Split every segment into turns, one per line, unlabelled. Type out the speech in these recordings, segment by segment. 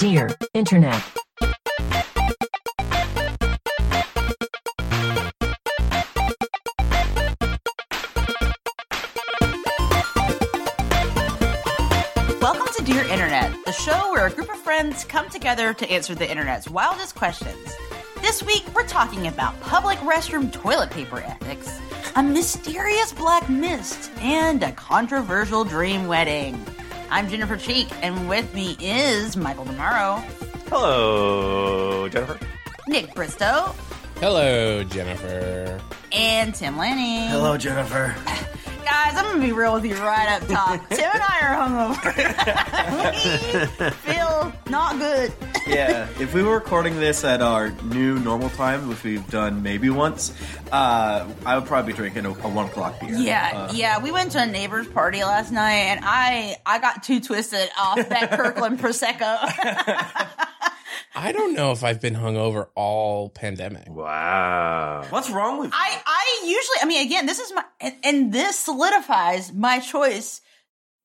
Dear Internet.
Welcome to Dear Internet, the show where a group of friends come together to answer the internet's wildest questions. This week, we're talking about public restroom toilet paper ethics, a mysterious black mist, and a controversial dream wedding. I'm Jennifer Cheek, and with me is Michael Demaro,
Hello, Jennifer.
Nick Bristow,
Hello, Jennifer.
and Tim Lanning.
Hello, Jennifer.
Guys, I'm gonna be real with you right up top. Tim and I are hungover. we feel not good.
Yeah, if we were recording this at our new normal time, which we've done maybe once, uh, I would probably be drinking a, a one o'clock beer.
Yeah,
Uh,
yeah. We went to a neighbor's party last night, and I I got too twisted off that Kirkland prosecco.
I don't know if I've been hungover all pandemic.
Wow.
Uh, What's wrong with
I I usually, I mean, again, this is my and, and this solidifies my choice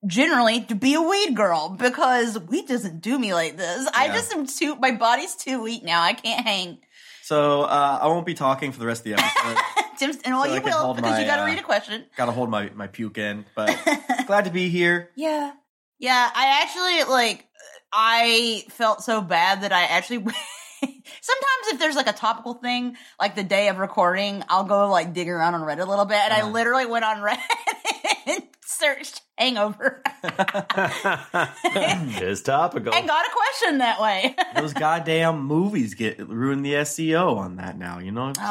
generally to be a weed girl because weed doesn't do me like this. I
Yeah.
just am too. My body's too weak now. I can't hang.
So uh, I won't be talking for the rest of the episode.
Tim's, and well,
So I
you
can
will
hold
because you
my,
got to
uh,
read a question.
Got to hold my, my puke in, but glad to be here.
Yeah. Yeah, I actually like I felt so bad that I actually sometimes if there's like a topical thing, like the day of recording, I'll go like dig around on Reddit a little bit and I
Uh-huh.
literally went on Reddit and searched hangover
it's topical.
and got a question that way.
Those goddamn movies get ruin the SEO on that now. You know what I'm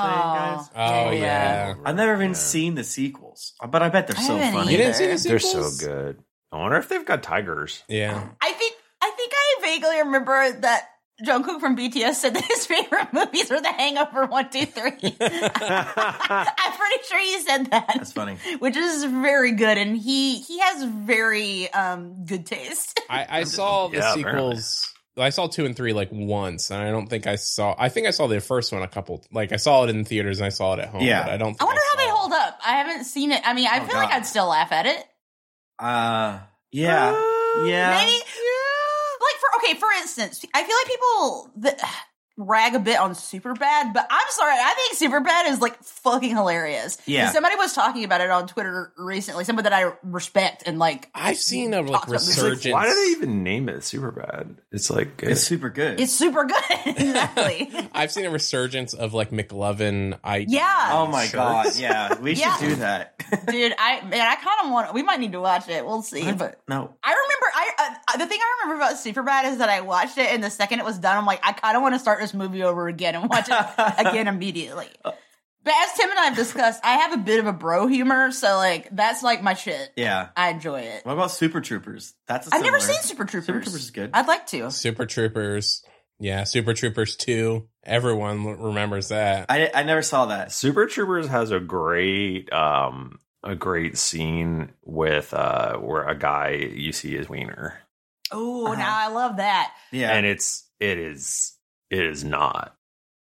saying, guys?
Oh, yeah.
I've never even seen the sequels, but I bet they're
I
so
haven't
funny.
You didn't see the
They're
sequels?
so good. I wonder if they've got tigers.
Yeah.
I think I think I vaguely remember that Jungkook from BTS said that his favorite movies were The Hangover One, Two, Three. I'm pretty sure he said that.
That's funny.
which is very good and he he has very um good taste
I, I saw the
Yeah, apparently.
sequels. I saw two and three like once, and I don't think I saw. I think I saw the first one a couple. Like I saw it in theaters and I saw it at home.
Yeah.
but I don't. Think
i wonder how they
saw it.
hold up i haven't seen it i mean i
Oh,
feel like
God.
i'd still laugh at it
Uh, yeah, yeah.
Oh, maybe like for okay for instance i feel like people that rag a bit on super bad but i'm sorry i think super bad is like fucking hilarious
Yeah.
And somebody was talking about it on twitter recently someone that i respect and like
I've seen a like
Talked about this. It's like,
resurgence.
Why do they even name it super bad? It's like
It's super good.
it's super good exactly
I've seen a resurgence of like McLovin. I
yeah
Oh my
Shirts?
god! Yeah, we
Yeah.
should do that.
dude i man i kind of want we might need to watch it we'll see but
no,
I remember I uh, the thing I remember about Superbad is that I watched it and the second it was done I'm like I kind of want to start this movie over again and watch it again immediately. But as Tim and I have discussed, I have a bit of a bro humor, so like that's like my shit.
yeah.
I enjoy it.
What about Super Troopers? That's a
I've never
similar-
seen Super Troopers.
Super Troopers is good.
I'd like to.
Super Troopers. Yeah, Super Troopers two. Everyone remembers that.
I, I never saw that.
Super Troopers has a great um a great scene with uh where a guy you see his wiener.
Oh,
Uh-huh.
now I love that.
Yeah,
And it's it is it is not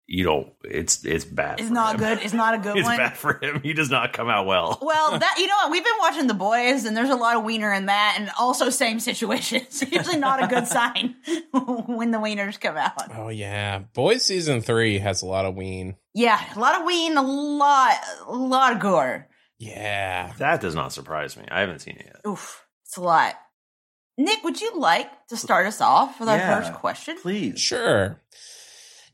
you don't it's it's bad.
It's
for
not
him.
good. It's not a good
It's
one.
bad for him. He does not come out well.
Well, that you know what we've been watching The Boys, and there's a lot of wiener in that, and also same situation. It's usually not a good sign when the wieners come out.
Oh yeah, Boys season three has a lot of ween.
Yeah, a lot of ween, a lot, a lot of gore.
Yeah,
That does not surprise me. I haven't seen it yet.
Oof, it's a lot. Nick, would you like to start us off with our
Yeah.
first question?
please.
sure.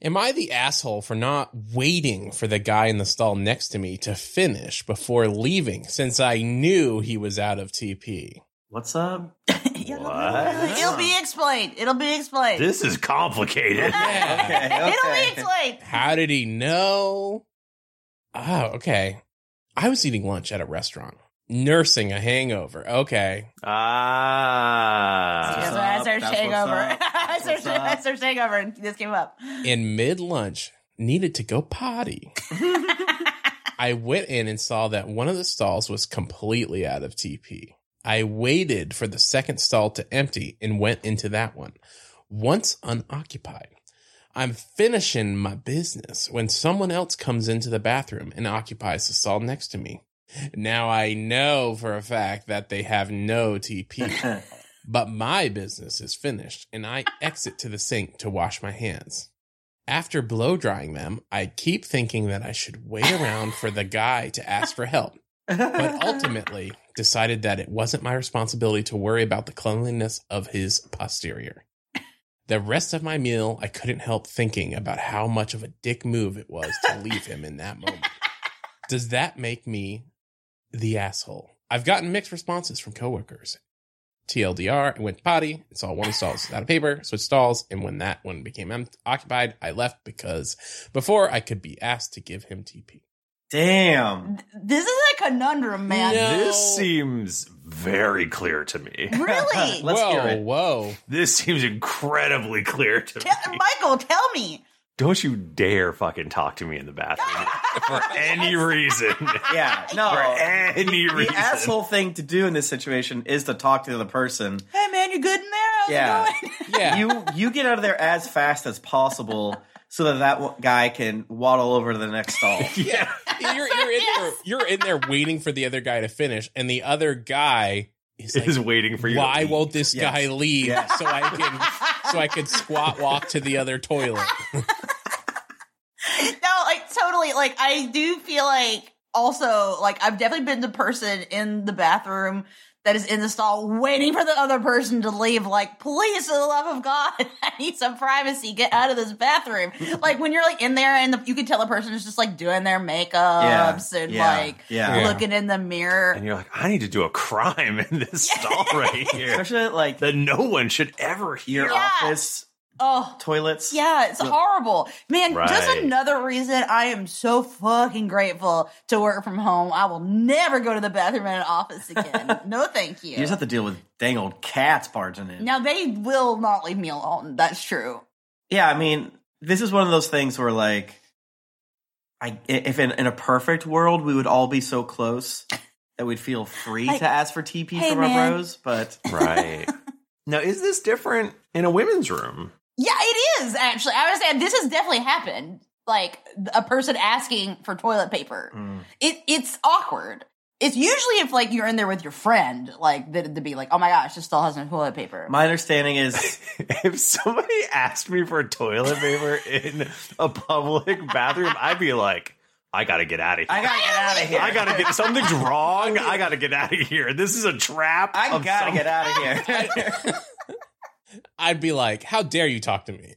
Am I the asshole for not waiting for the guy in the stall next to me to finish before leaving since I knew he was out of TP?
What's up?
It'll-
What?
It'll be explained. It'll be explained.
This is complicated.
Yeah.
Okay,
It'll
okay.
be explained.
How did he know? Oh, okay. I was eating lunch at a restaurant, nursing a hangover. Okay.
That's
That's
Ah.
why I
up,
searched
that's what's
Hangover.
up,
I
that's
searched-
what's
I
up.
searched Hangover and this came up.
In mid lunch, needed to go potty. I went in and saw that one of the stalls was completely out of TP. I waited for the second stall to empty and went into that one, once unoccupied. I'm finishing my business when someone else comes into the bathroom and occupies the stall next to me. Now I know for a fact that they have no TP. But my business is finished and I exit to the sink to wash my hands. After blow drying them, I keep thinking that I should wait around for the guy to ask for help, but ultimately decided that it wasn't my responsibility to worry about the cleanliness of his posterior. The rest of my meal, I couldn't help thinking about how much of a dick move it was to leave him in that moment. Does that make me the asshole? I've gotten mixed responses from coworkers. TLDR, I went potty, and saw one of the stalls out of paper, switched stalls, and when that one became em- occupied, I left because before I could be asked to give him TP.
Damn.
This is a conundrum, man.
No.
This seems very clear to me.
Really?
Let's
whoa,
hear it.
whoa.
This seems incredibly clear to
Te-
me.
Michael, tell me.
Don't you dare fucking talk to me in the bathroom for any reason.
Yeah. No.
For any
the
reason.
asshole thing to do in this situation is to talk to the person.
Hey, man, you good in there? How's
Yeah.
it going?
Yeah.
You you get out of there as fast as possible so that that w- guy can waddle over to the next stall.
Yeah.
you're, you're in there, you're in there waiting for the other guy to finish, and the other guy is like,
Is waiting for you. to
why
leave.
won't this
Yes.
guy leave
Yes.
so I can so I could squat walk to the other toilet?
no, like totally. Like I do feel like also like I've definitely been the person in the bathroom that is in the stall waiting for the other person to leave. Like, please, for the love of God, I need some privacy. Get out of this bathroom. like when you're like in there and the, you can tell the person is just like doing their makeups and
yeah,
like
yeah.
Yeah.
looking in the mirror.
And you're like, I need to do a crime in this stall right here
Especially at, like
that no one should ever hear.
your
Yeah.
office
Oh,
toilets.
Yeah, it's horrible. Man, just
Right.
another reason I am so fucking grateful to work from home. I will never go to the bathroom in an office again. no, thank you.
You just have to deal with dang old cats barging in.
now, they will not leave me alone. That's true.
Yeah, I mean, this is one of those things where like I if in, in a perfect world we would all be so close that we'd feel free
Like,
to ask for TP
hey,
from our
man.
bros, but
Right. now, is this different in a women's room?
Yeah, it is, actually. I was saying this has definitely happened. Like a person asking for toilet paper.
Mm.
It It's awkward. It's usually if like you're in there with your friend, like that to be like, oh my gosh, this still has no toilet paper.
my understanding is
If somebody asked me for toilet paper in a public bathroom, I'd be like, I gotta get out of here.
I gotta get out of here.
I gotta get something's wrong. I gotta get out of here. This is a trap.
I
of
gotta
some-
get out of here.
I'd be like, how dare you talk to me?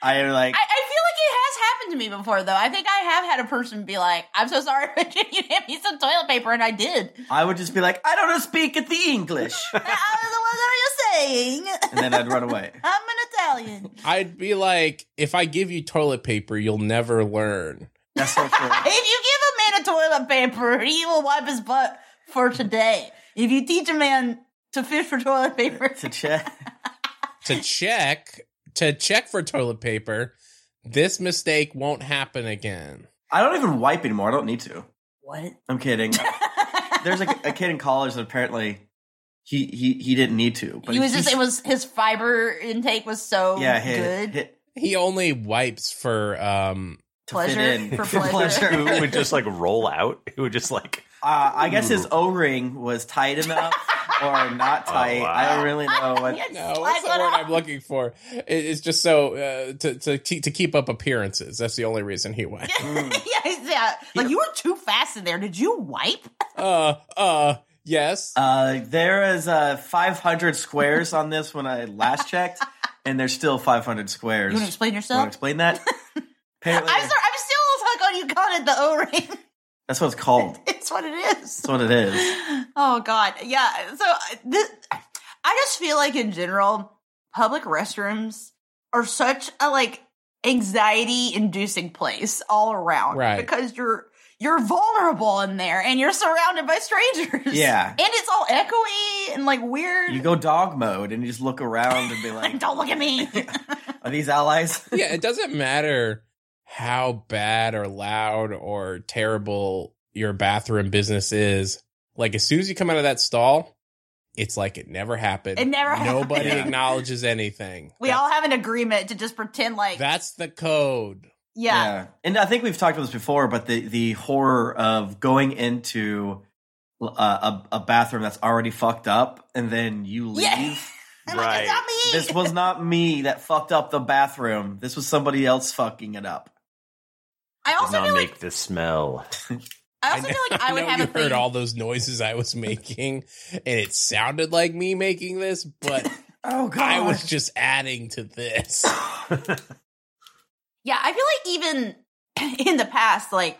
I like
I, I feel like it has happened to me before, though. I think I have had a person be like, "I'm so sorry, but you hand me some toilet paper," and I did.
I would just be like, I don't speak the English.
I was the one that are you saying?
and then I'd run away.
I'm an Italian.
I'd be like, if I give you toilet paper, you'll never learn.
That's so true.
If you give a man a toilet paper, he will wipe his butt for today. If you teach a man to fish for toilet paper,
To check.
To check to check for toilet paper, this mistake won't happen again.
I don't even wipe anymore. I don't need to.
what?
I'm kidding. There's a, a kid in college that apparently he he, he didn't need to. But
he was
he-
just. It was his fiber intake was so
yeah hit,
good.
hit-
He only wipes for um
to
Pleasure,
fit in.
for pleasure.
It would just like roll out. It would just like
Uh, I guess his O ring was tight enough or not tight.
Oh, wow.
I don't really know what.
Yes,
No,
wipe
what's the
it
word
off.
I'm looking for? It- It's just so uh, to to te- to keep up appearances. That's the only reason he went.
Mm.
yeah, yeah. Like you were too fast in there. Did you wipe?
Uh, uh, yes.
Uh, there is uh, 500 squares on this when I last checked, and there's still 500 squares.
You want to explain
Want to
yourself?
explain that? Apparently,
I'm sorry. I'm still stuck on you called it the O ring.
that's what it's called.
it's what it is.
That's what it is.
Oh God, yeah. So uh, this, I just feel like in general, public restrooms are such a like anxiety-inducing place all around,
Right.
Because you're you're vulnerable in there, and you're surrounded by strangers.
Yeah.
and it's all echoey and like weird.
You go dog mode and you just look around and be like,
Don't look at me.
"Are these allies?"
yeah, it doesn't matter how bad or loud or terrible your bathroom business is. Like as soon as you come out of that stall, it's like it never happened.
It never
Nobody
happened.
acknowledges anything.
we all have an agreement to just pretend like
That's the code.
yeah.
And I think we've talked about this before, but the the horror of going into uh, a, a bathroom that's already fucked up and then you leave.
Yeah. I'm like, it's
Right.
not me.
This was not me that fucked up the bathroom. This was somebody else fucking it up.
I
Does
also
not
feel
make
like
the smell.
I also feel like I would
know
have
you
a
heard
thing.
all those noises I was making, and it sounded like me making this, but
Oh god.
I was just adding to this.
yeah, I feel like even in the past, like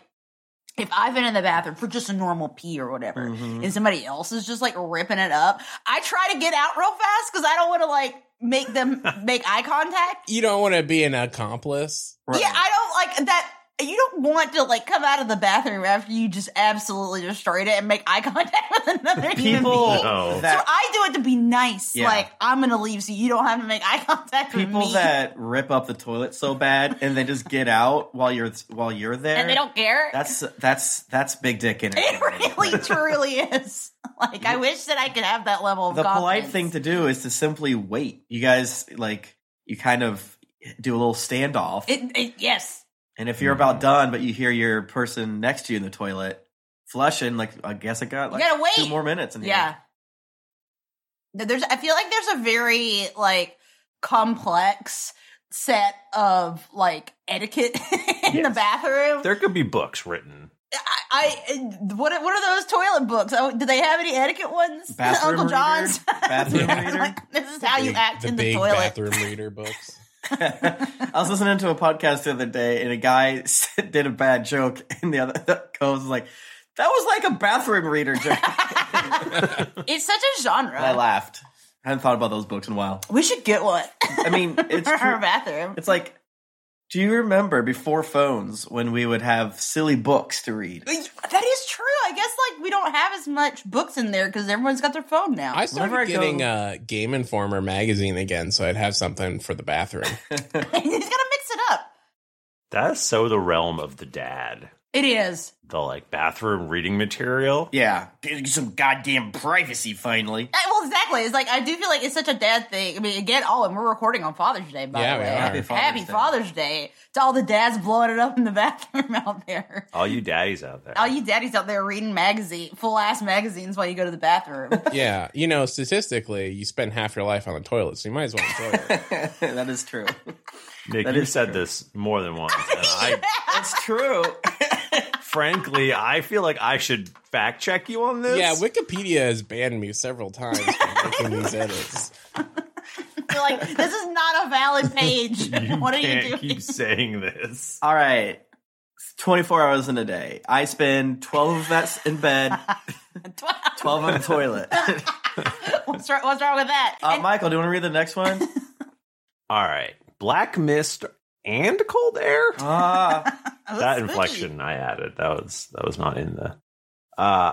if I've been in the bathroom for just a normal pee or whatever,
Mhm.
and somebody else is just like ripping it up, I try to get out real fast because I don't want to like make them make eye contact.
You don't want to be an accomplice.
Right.
Yeah, I don't like that. You don't want to like come out of the bathroom after you just absolutely destroyed it and make eye contact with another human
people
being.
No.
So
that
I do it to be nice.
Yeah.
Like I'm gonna leave so you don't have to make eye contact with
people
me,
that rip up the toilet so bad and then just get out while you're while you're there.
and they don't care.
That's that's that's big dick energy.
it really, truly is. Like I wish that I could have that level of
the polite
confidence.
thing to do is to simply wait. You guys like you kind of do a little standoff,
It, it, yes,
and if you're about done, but you hear your person next to you in the toilet flushing, like I guess I got like
gotta wait.
two more minutes. In here.
yeah. No, There's, I feel like there's a very like complex set of like etiquette in the
Yes.
bathroom.
there could be books written.
I, I what are, what are those toilet books? Oh, do they have any etiquette ones?
Bathroom
Uncle
reader?
John's.
Bathroom
Yeah,
reader?
like, this is how you
Big-
act in the
big
toilet.
bathroom reader books.
I was listening to a podcast the other day, and a guy did a bad joke, and the other the co was like, "That was like a bathroom reader joke."
it's such a
I
genre.
laughed. I hadn't thought about those books in a while.
We should get one
I mean, it's
for
true.
our bathroom.
It's like, do you remember before phones when we would have silly books to read?
That is true. I guess like we don't have as much books in there because everyone's got their phone now.
I started
Whenever I go-
getting uh, Game Informer magazine again, so I'd have something for the bathroom.
He's gonna mix it up.
That's so the realm of the dad.
It is.
The like bathroom reading material.
Yeah, getting some goddamn privacy finally.
I- well, exactly. It's like I do feel like it's such a dad thing. I mean, again, oh, and we're recording on Father's Day, by the
Yeah, we
way.
are.
Happy,
Happy
Father's Day.
Father's Day to all the dads blowing it up in the bathroom out there.
All you daddies out there.
All you daddies out there reading magazine, full ass magazines while you go to the bathroom.
yeah, you know, statistically, you spend half your life on the toilet, so you might as well enjoy it.
that is true.
Nick,
that
you
is
said
true.
this more than once. and I
It's true.
frankly, I feel like I should fact check you on this.
Yeah, Wikipedia has banned me several times for making these edits.
You're like, this is not a valid page.
you
what are
can't
you doing?
keep saying this.
All right. It's 24 hours in a day. I spend 12 of that in bed, 12 on the toilet.
what's, wrong, what's wrong with that?
Uh,
And-
Michael, do you want to read the next one?
All right, black mist and cold air.
Ah,
Oh,
that
spooky.
inflection I added. That was that was not in the. Uh,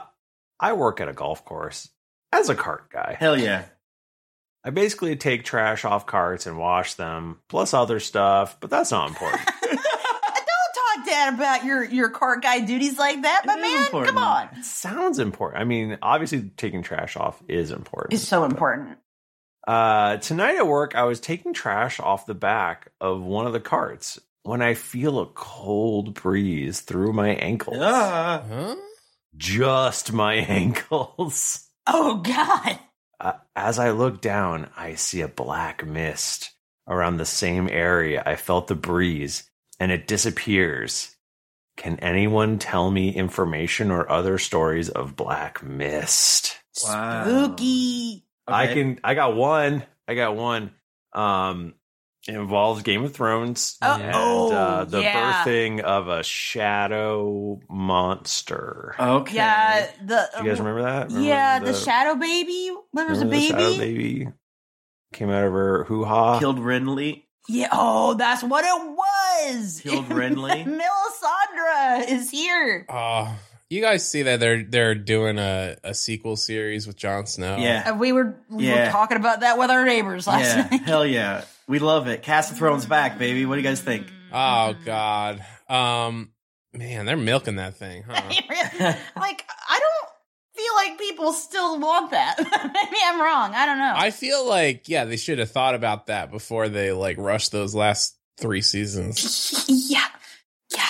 I work at a golf course as a cart guy.
hell yeah.
I basically take trash off carts and wash them, plus other stuff, but that's not important.
Don't talk down about your your cart guy duties like that, my
It is
man.
important.
Come on,
it sounds important. I mean, obviously, taking trash off is important.
it's so important.
Uh, tonight at work, I was taking trash off the back of one of the carts when I feel a cold breeze through my ankles.
Ah.
Huh?
Just my ankles.
Oh God,
Uh, as I look down, I see a black mist around the same area. I felt the breeze and it disappears. Can anyone tell me information or other stories of black mist?
Wow.
spooky.
I
Okay.
can I got one. I got one. Um it involves Game of Thrones
Oh,
and
oh,
uh, the
yeah.
birthing of a shadow monster.
Okay.
Yeah, the
Do you guys remember that? Remember
Um, yeah, the, shadow baby. There was a
remember the
baby.
shadow baby came out of her hoo ha.
Uh, Killed Renly.
Yeah. Oh, that's what it was.
Killed Renly.
Melisandre is here.
Oh, you guys see that they're they're doing a, a sequel series with Jon
Uh,
Snow.
Yeah.
And we were we
Yeah.
were talking about that with our neighbors last
Yeah.
night.
Hell yeah. We love it. Cast of Thrones back, baby. What do you guys think?
Oh
Mm-hmm.
God. Um. Man, they're milking that thing, huh?
Mm. like I don't feel like people still want that. Maybe I'm wrong. I don't know.
I feel like yeah, they should have thought about that before they like rushed those last three seasons.
yeah, yeah,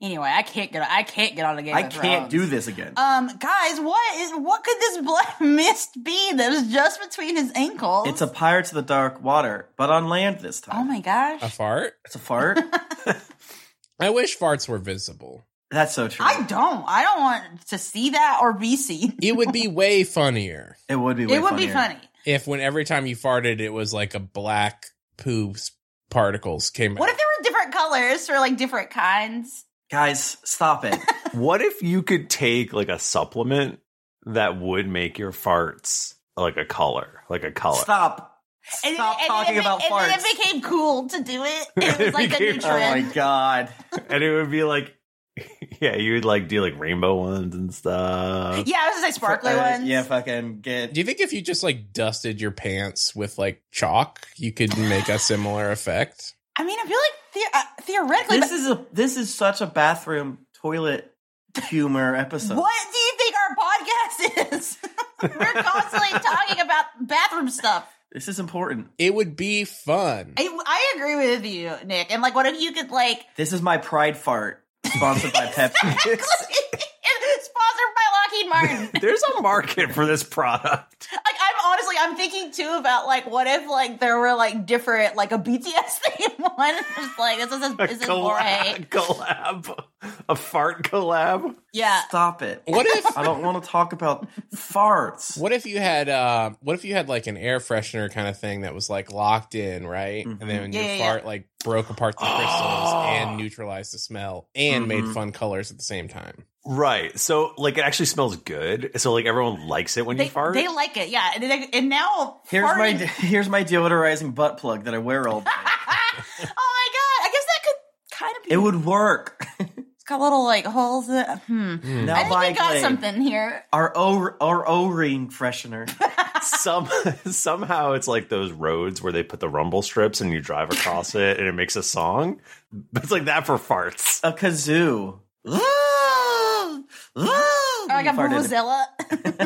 Anyway, I can't get I can't get on the game.
I can't do this again.
Um, guys, what is what could this black mist be that is just between his ankles?
it's a Pirates of the Dark Water, but on land this time.
oh my gosh!
A fart?
It's a fart.
I wish farts were visible.
That's so true.
I don't. I don't want to see that or be seen.
It would be way funnier
it would be. Way
it would be
funnier.
funny.
if when every time you farted, it was like a black poops particles came
What
out.
if there were different colors for like different kinds?
Guys, stop it.
What if you could take like a supplement that would make your farts like a color, like a color?
Stop.
And,
Stop
and- and
talking
it,
about
and
farts.
then it became cool to do it. It
It
was like the new
became-
oh my
trend.
god.
And it would be like, yeah, you would like do like rainbow ones and stuff.
yeah, I was gonna say sparkly
Uh,
ones.
Yeah, fucking get.
Do you think if you just like dusted your pants with like chalk, you could make a similar effect?
I mean, I feel like the- uh, theoretically,
this is a this is such a bathroom toilet humor
but
episode.
what do you think our podcast is? We're constantly talking about bathroom stuff.
This is important.
It would be fun.
I, I agree with you, Nick. And like, what if you could like
This is my pride fart, sponsored by Pepsi.
sponsored by Lockheed Martin?
There's a market for this product.
like, I'm honestly, I'm thinking too about like, what if like there were like different like a BTS theme one? Just like this is
A
this is more
collab, collab, a fart collab.
yeah.
Stop it.
What if
I don't want to talk about farts.
What if you had uh what if you had like an air freshener kind of thing that was like locked in, right? And then when
Yeah,
your
yeah,
fart like broke apart the crystals and neutralized the smell and
Mhm.
made fun colors at the same time.
Right. So like it actually smells good. So like everyone likes it when
They,
you fart.
they like it, yeah. And, they, and now
Here's my
farting-
here's my deodorizing butt plug that I wear all day.
oh my god! I guess that could kind of be.
It would work.
It's got little like holes. In it. Hmm.
now
I think
by
we got
Glade,
something here.
Our O our O ring freshener.
Some somehow it's like those roads where they put the rumble strips and you drive across it and it makes a song. It's like that for farts.
A kazoo.
Or like a
Farted.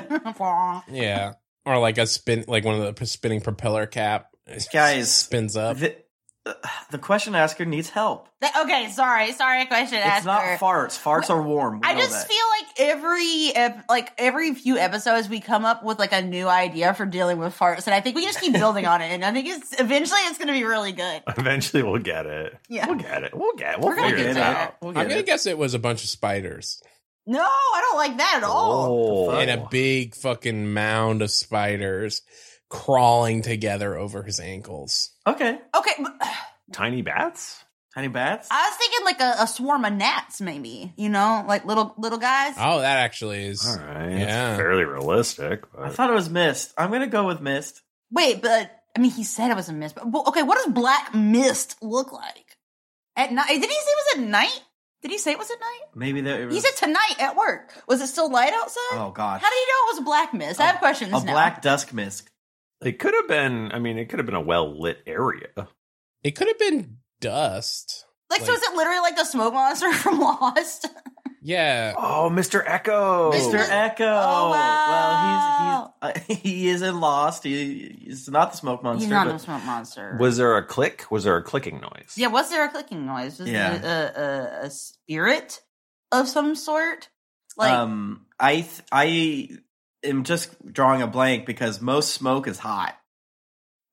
Vuvuzela.
Yeah. Or like a spin like one of the spinning propeller cap
Guys,
spins up.
The, uh, the question asker needs help.
That- okay, sorry, sorry, question
It's
asker.
not farts. Farts are warm. We
I
know
just
that.
feel like every ep- like every few episodes we come up with like a new idea for dealing with farts, and I think we just keep building on it, and I think it's eventually it's going to be really good.
Eventually we'll get it.
Yeah.
We'll get it. We'll get it.
We're
We'll
gonna
figure
get
it
there.
out.
We'll get
I'm gonna
it.
guess it was a bunch of spiders.
No, I don't like that at
Oh.
all.
Oh.
And a big fucking mound of spiders crawling together over his ankles.
Okay.
Okay, but
Tiny bats?
Tiny bats.
I was thinking like a, a swarm of gnats, maybe you know, like little little guys.
Oh, that actually is
All right.
Yeah.
It's fairly realistic.
I
But
thought it was mist. I'm gonna go with mist.
Wait, but I mean, he said it was a mist. But well, okay, what does black mist look like at night? Did he say it was at night? Did he say it was at night?
Maybe there.
He
Was,
said tonight at work. Was it still light outside?
oh gosh.
How do you know it was black mist? I have questions
a
now.
black dusk mist.
it could have been I mean, it could have been a well lit area.
It could have been dust.
like, so
like-
is it literally like the smoke monster from Lost?
Yeah.
Oh, Mr. Echo.
Mr.
Mr. Echo.
Oh, wow.
Well, he's, he's uh, he is in Lost. He, he's not the smoke monster.
He's not
but-
the smoke monster.
Was there a click? Was there a clicking noise?
yeah, was there a clicking noise? Was
Yeah.
it a, a, a spirit of some sort? Like,
um, I th- I am just drawing a blank because most smoke is hot.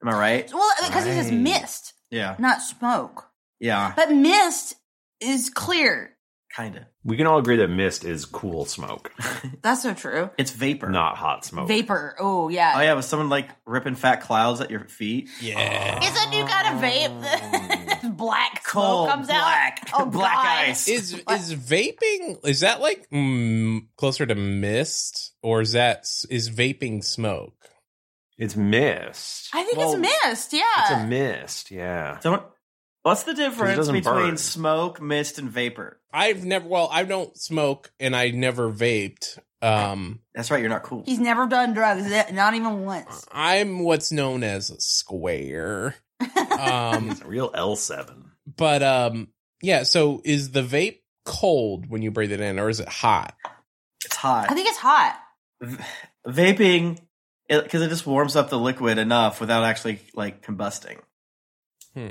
Am I right?
well, because it says
Right.
mist,
Yeah,
not smoke.
yeah,
But mist is clear.
kind of.
We can all agree that mist is cool smoke,
That's so true.
It's vapor.
not hot smoke.
Vapor. Oh, yeah.
Oh yeah, with someone like ripping fat clouds at your feet.
Yeah.
It's a new kind of vape. black
Oh. Cold,
smoke comes
black,
out. Oh,
black
God.
ice.
Is is vaping is that like mm, closer to mist or is that s- is vaping smoke?
It's mist.
I think
Well,
it's mist. Yeah.
it's a mist, yeah.
Don't. What's the difference
doesn't
between
burn.
smoke, mist, and vapor?
I've never well, I don't smoke and I never vaped. Um
That's right. You're not cool.
He's never done drugs, eh, not even once.
I'm what's known as a square. Um
It's a real L7.
but um yeah, so is the vape cold when you breathe it in or is it hot?
It's hot.
I think it's hot.
Vaping, because it just warms up the liquid enough without actually like combusting.
Hmm.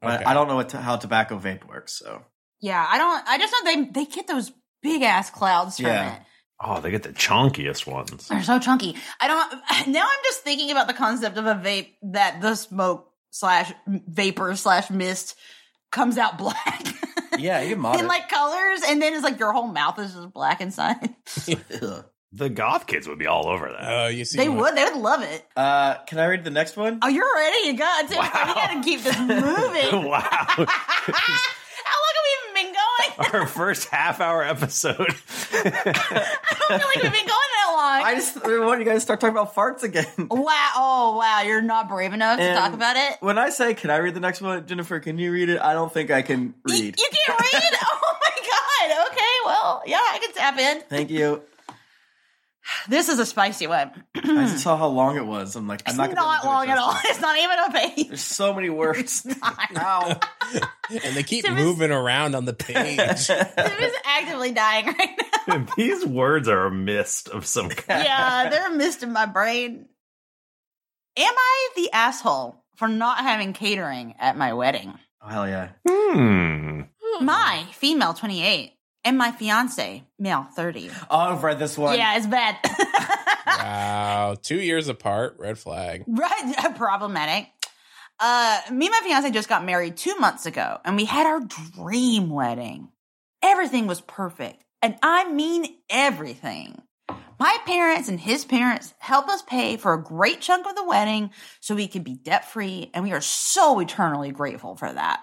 But
Okay.
I don't know what to, how tobacco vape works, so
Yeah, I don't. I just know they they get those big ass clouds from
Yeah.
it.
Oh, they get the chunkiest ones.
They're so chunky. I don't. Now I'm just thinking about the concept of a vape that the smoke slash vapor slash mist comes out black.
Yeah, you can mod
in
it.
like colors, and then it's like your whole mouth is just black inside.
Ugh.
The goth kids would be all over that.
Oh, you see,
they
one-
would. They would love it.
Uh, can I read the next one?
Oh, you're ready. You got to. We
Wow.
got to keep this moving.
wow.
How long have we even been going?
Our first half hour episode.
I don't feel like we've been going that long.
I just I want you guys to start talking about farts again.
Wow. Oh, wow. You're not brave enough
And-
to talk about it?
When I say, can I read the next one? Jennifer, can you read it? I don't think I can
You,
read.
you can't read? oh, my God. Okay. Well, yeah, I can tap in.
Thank you.
This is a spicy one.
I just saw how long it was. I'm like, I'm
It's
not
not,
gonna be able to do it
long at all.
justice.
It's not even a page.
There's so many words. Ow.
and they keep
Tim is-
moving around on the page.
Tim is actively dying right now.
These words are a mist of some kind.
Yeah, they're a mist in my brain. Am I the asshole for not having catering at my wedding?
Oh, hell yeah.
Hmm.
My female 28 and my fiance male 30.
Oh, I've read this one.
Yeah, it's bad.
wow, two years apart, red flag.
Right, problematic. Uh, me and my fiance just got married two months ago, and we had our dream wedding. Everything was perfect, and I mean everything. My parents and his parents helped us pay for a great chunk of the wedding so we could be debt free, and we are so eternally grateful for that.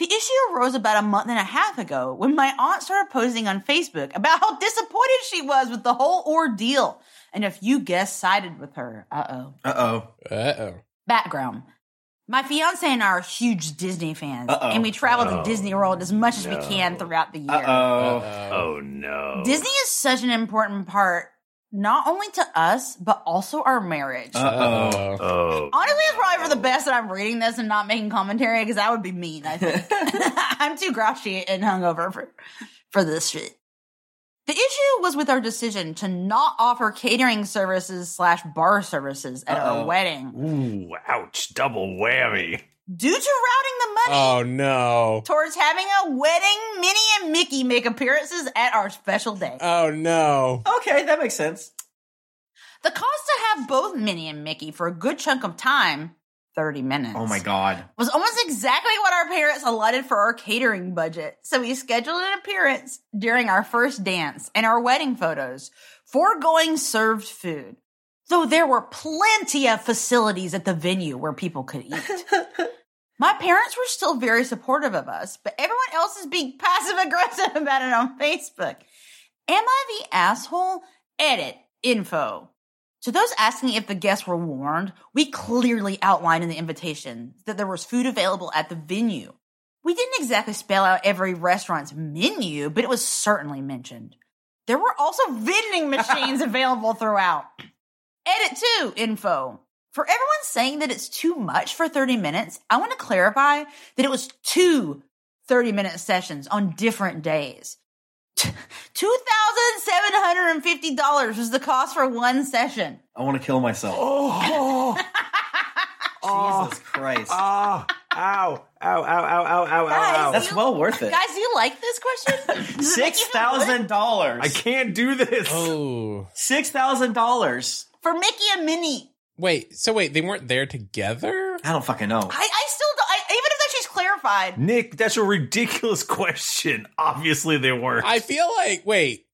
The issue arose about a month and a half ago when my aunt started posting on Facebook about how disappointed she was with the whole ordeal. And if you guessed sided with her, uh oh.
Uh oh.
Uh oh.
Background. My fiance and I are huge Disney fans,
Uh-oh.
and we travel
Oh,
to Disney World as much as we
no.
can throughout the year.
Uh oh.
Oh, no.
Disney is such an important part, not only to us, but also our marriage.
Uh, Uh-oh.
Oh.
Honestly, it's probably for the best that I'm reading this and not making commentary because that would be mean. I think I'm too grouchy and hungover for for this shit. The issue was with our decision to not offer catering services slash bar services at
Uh-oh.
our wedding
Ooh, ouch. Double whammy.
due to routing the money
Oh no.
towards having a wedding. Minnie and Mickey make appearances at our special day.
Uh,
Oh no.
Okay, that makes sense.
the cost to have both Minnie and Mickey for a good chunk of time, 30 minutes.
Oh my god.
was almost exactly what our parents allotted for our catering budget. So we scheduled an appearance during our first dance and our wedding photos, foregoing served food. Though there were plenty of facilities at the venue where people could eat. My parents were still very supportive of us, but everyone else is being passive aggressive about it on Facebook. Am I the asshole? Edit info. To those asking if the guests were warned, we clearly outlined in the invitation that there was food available at the venue. We didn't exactly spell out every restaurant's menu, but it was certainly mentioned. There were also vending machines available throughout. Edit 2 info. For everyone saying that it's too much for 30 minutes, I want to clarify that it was two 30 minute sessions on different days. $2,750 was the cost for one session.
I want to kill myself.
Oh.
Jesus Christ.
Oh. Ow. Ow. Ow. Ow. Ow. Ow.
Guys,
That's well worth it.
Guys, do you like this question? Does it make you
Six
feel good?
thousand
I
dollars.
can't do this.
Oh.
Six thousand dollars.
for Mickey and Minnie.
Wait, so wait, they weren't there together?
I don't fucking
I,
know.
I still don't. I, even if that she's clarified,
Nick, that's a ridiculous question. Obviously, they weren't.
I feel like wait.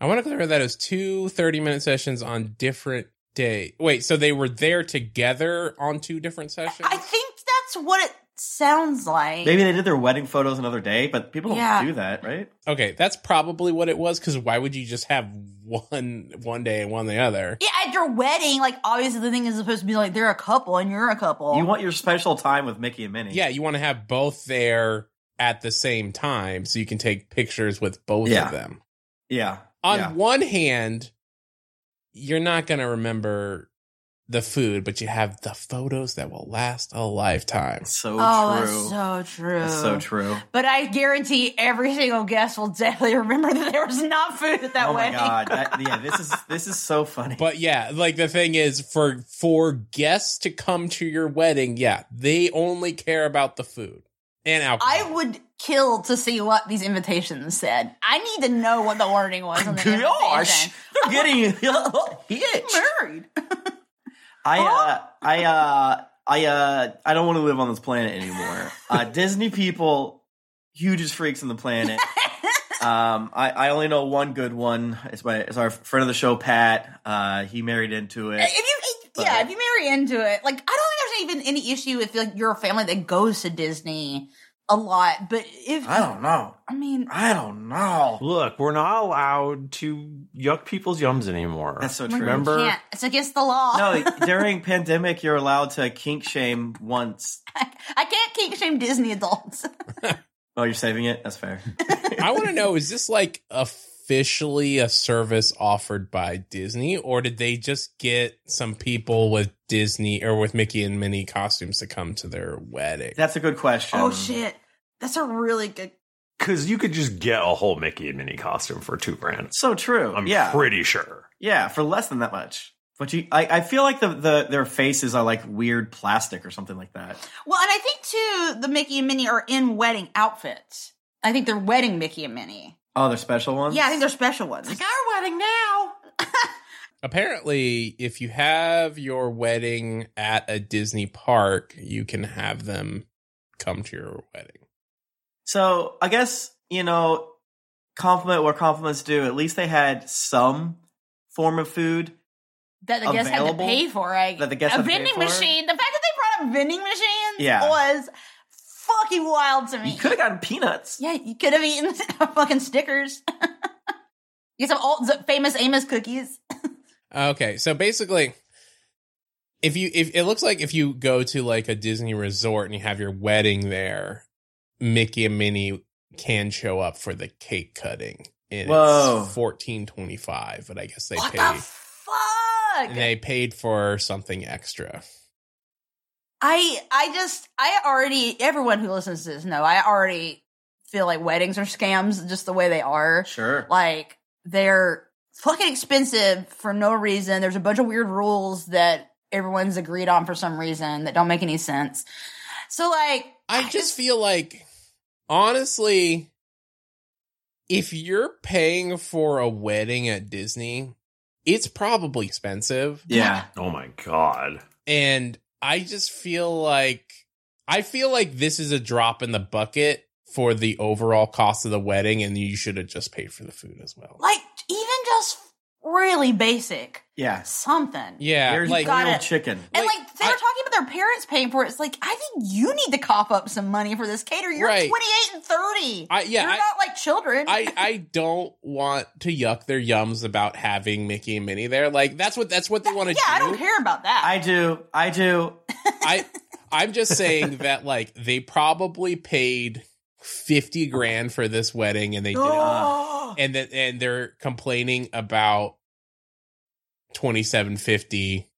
I want to clarify that as two 30 minute sessions on different day. Wait, so they were there together on two different sessions?
I think that's what it sounds like.
Maybe they did their wedding photos another day, but people don't
Yeah.
do that, right?
okay, that's probably what it was cuz why would you just have one one day and one the other?
Yeah, at your wedding, like obviously the thing is supposed to be like they're a couple and you're a couple.
You want your special time with Mickey and Minnie.
Yeah, you want to have both there at the same time so you can take pictures with both
Yeah.
of them.
Yeah.
on
yeah.
one hand, you're not going to remember the food, but you have the photos that will last a lifetime.
So
oh,
true.
that's so true.
That's so true.
But I guarantee every single guest will definitely remember that there was not food at that
oh
wedding.
my god. That, yeah, this is this is so funny.
But yeah, like the thing is for for guests to come to your wedding, yeah, they only care about the food and alcohol.
I would killed to see what these invitations said. I need to know what the wording was on the
Gosh,
invitation.
they're getting hitched.
Married.
I, uh, I, uh, I, uh, I don't want to live on this planet anymore. Uh, Disney people, hugest freaks on the planet. Um, I, I only know one good one. It's my, it's our friend of the show, Pat. Uh, he married into it.
if you yeah, if you marry into it, like I don't think there's even any issue if like you're a family that goes to Disney a lot, but if
I don't know.
I mean,
I don't know.
Look, we're not allowed to yuck people's yums anymore.
That's so
like,
true.
you
Remember-
can't. It's against the law.
no, during pandemic, you're allowed to kink shame once.
I can't kink shame Disney adults.
Oh, you're saving it. That's fair.
I want to know is this like officially a service offered by Disney or did they just get some people with Disney or with Mickey and Minnie costumes to come to their wedding?
That's a good question.
oh shit, that's a really good.
Because you could just get a whole Mickey and Minnie costume for two grand.
So true.
I'm
yeah,
pretty sure.
yeah, for less than that much. But you, I, I feel like the, the their faces are like weird plastic or something like that.
Well, and I think too, the Mickey and Minnie are in wedding outfits. I think they're wedding Mickey and Minnie.
Oh, they're special ones.
Yeah, I think they're special ones. Like our wedding now.
Apparently, if you have your wedding at a Disney park, you can have them come to your wedding.
So I guess you know, compliment where compliments due. At least they had some form of food.
That the guests had to
Available?
pay for. Like,
That the guests
a
had to pay
vending
for?
machine. The fact that they brought up vending machines
Yeah.
was fucking wild to me.
You could have gotten peanuts.
yeah, you could have eaten fucking Snickers. you some old famous Amos cookies.
Okay, so basically, if you if it looks like if you go to like a Disney resort and you have your wedding there, Mickey and Minnie can show up for the cake cutting. And
Whoa.
it's fourteen twenty five, but I guess they
what
paid
the fuck?
and they paid for something extra.
I I just I already everyone who listens to this know I already feel like weddings are scams just the way they are.
Sure.
Like they're fucking expensive for no reason. There's a bunch of weird rules that everyone's agreed on for some reason that don't make any sense. So like
I just feel like honestly, if you're paying for a wedding at Disney, it's probably expensive.
Yeah.
Oh my God.
and I just feel like I feel like this is a drop in the bucket for the overall cost of the wedding, and you should have just paid for the food as well.
like even just really basic
Yeah.
something.
Yeah,
There's
like
got
grilled
it.
chicken.
And
Like,
like, they were
I-
talking about their parents paying for it. It's like I think you need to cough up some money for this cater. You're
Right.
28 and 30.
I yeah,
You're
I,
not like children.
I I don't want to yuck their yums about having Mickey and Minnie there. Like that's what that's what they want to
yeah, I
do.
don't care about that.
I do. I do.
I I'm just saying that like they probably paid fifty grand for this wedding, and they did it
Oh.
Uh,
and then and they're complaining about 2750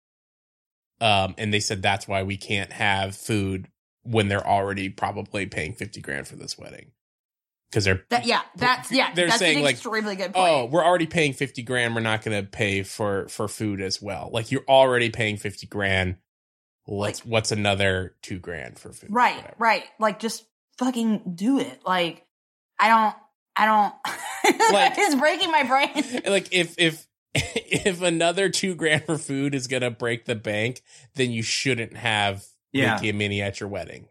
um and they said that's why we can't have food when they're already probably paying 50 grand for this wedding because they're
that, yeah, that's yeah.
They're
that's
saying,
an
like,
extremely good point.
oh we're already paying 50 grand we're not gonna pay for for food as well like you're already paying 50 grand let's what's another two grand for food
right,
Whatever.
right. Like just fucking do it. Like I don't, I don't.
Like-
it's breaking my brain.
And, like if if if another two grand for food is gonna break the bank then you shouldn't have
Yeah.
Mickey and Minnie at your wedding.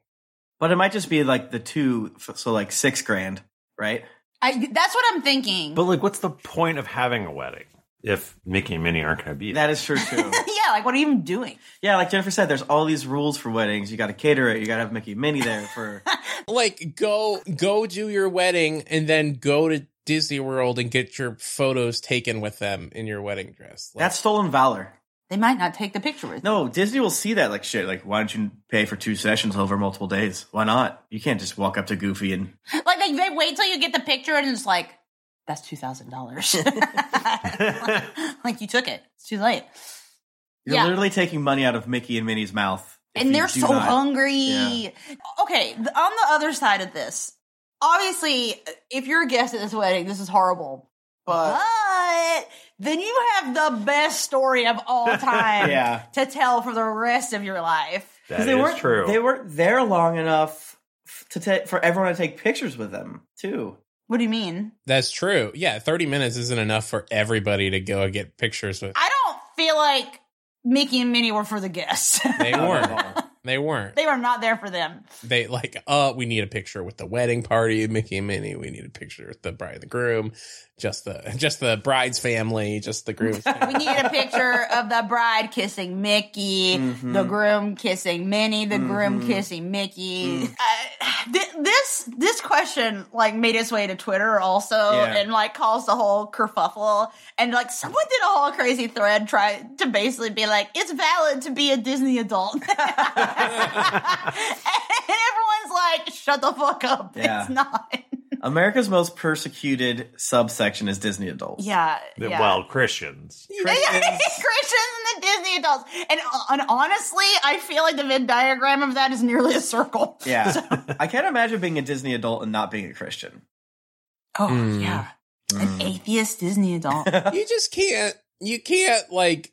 But it might just be like the two, f- so like six grand, right?
I, that's what I'm thinking.
But like, what's the point of having a wedding if Mickey and Minnie aren't going to be there?
That is true too.
yeah, like what are you even doing?
yeah, like Jennifer said, there's all these rules for weddings. You got to cater it. You got to have Mickey and Minnie there for.
Like go go do your wedding and then go to Disney World and get your photos taken with them in your wedding dress. Like,
That's stolen valor.
They might not take the picture with.
No, Disney will see that like shit. Like, why don't you pay for two sessions over multiple days? Why not? You can't just walk up to Goofy and
you. Like they, they wait till you get the picture and it's like that's two thousand dollars. Like you took it. It's too late.
you're
Yeah.
literally taking money out of Mickey and Minnie's mouth. if you
and they're
do
so
not-
hungry.
Yeah.
Okay, th- on the other side of this, obviously, if you're a guest at this wedding, this is horrible. But, then you have the best story of all time
Yeah,
to tell for the rest of your life.
That
they
is
weren't
true.
They weren't there long enough to ta- for everyone to take pictures with them too.
What do you mean?
That's true. Yeah, 30 minutes isn't enough for everybody to go and get pictures with.
I don't feel like Mickey and Minnie were for the guests.
They weren't. They weren't.
they were not there for them.
They like, uh, we need a picture with the wedding party, Mickey and Minnie. We need a picture with the bride and the groom, just the just the bride's family, just the groom's
We
family.
need a picture of the bride kissing Mickey,
Mhm.
the groom kissing Minnie, the groom
Mhm.
kissing Mickey.
Mm.
I- thi- this this question like made its way to Twitter also,
Yeah.
and like caused a whole kerfuffle. And like someone did a whole crazy thread try to basically be like, "It's valid to be a Disney adult," and everyone's like, "Shut the fuck up!
Yeah.
It's not."
America's most persecuted subsection is Disney adults.
Yeah,
The-
yeah.
Well, Christians.
Christians.
Christians and the Disney adults. And, uh, and honestly, I feel like the Venn diagram of that is nearly a circle.
Yeah. I can't imagine being a Disney adult and not being a Christian.
Oh,
Hmm.
yeah. An atheist Disney adult.
you just can't you can't like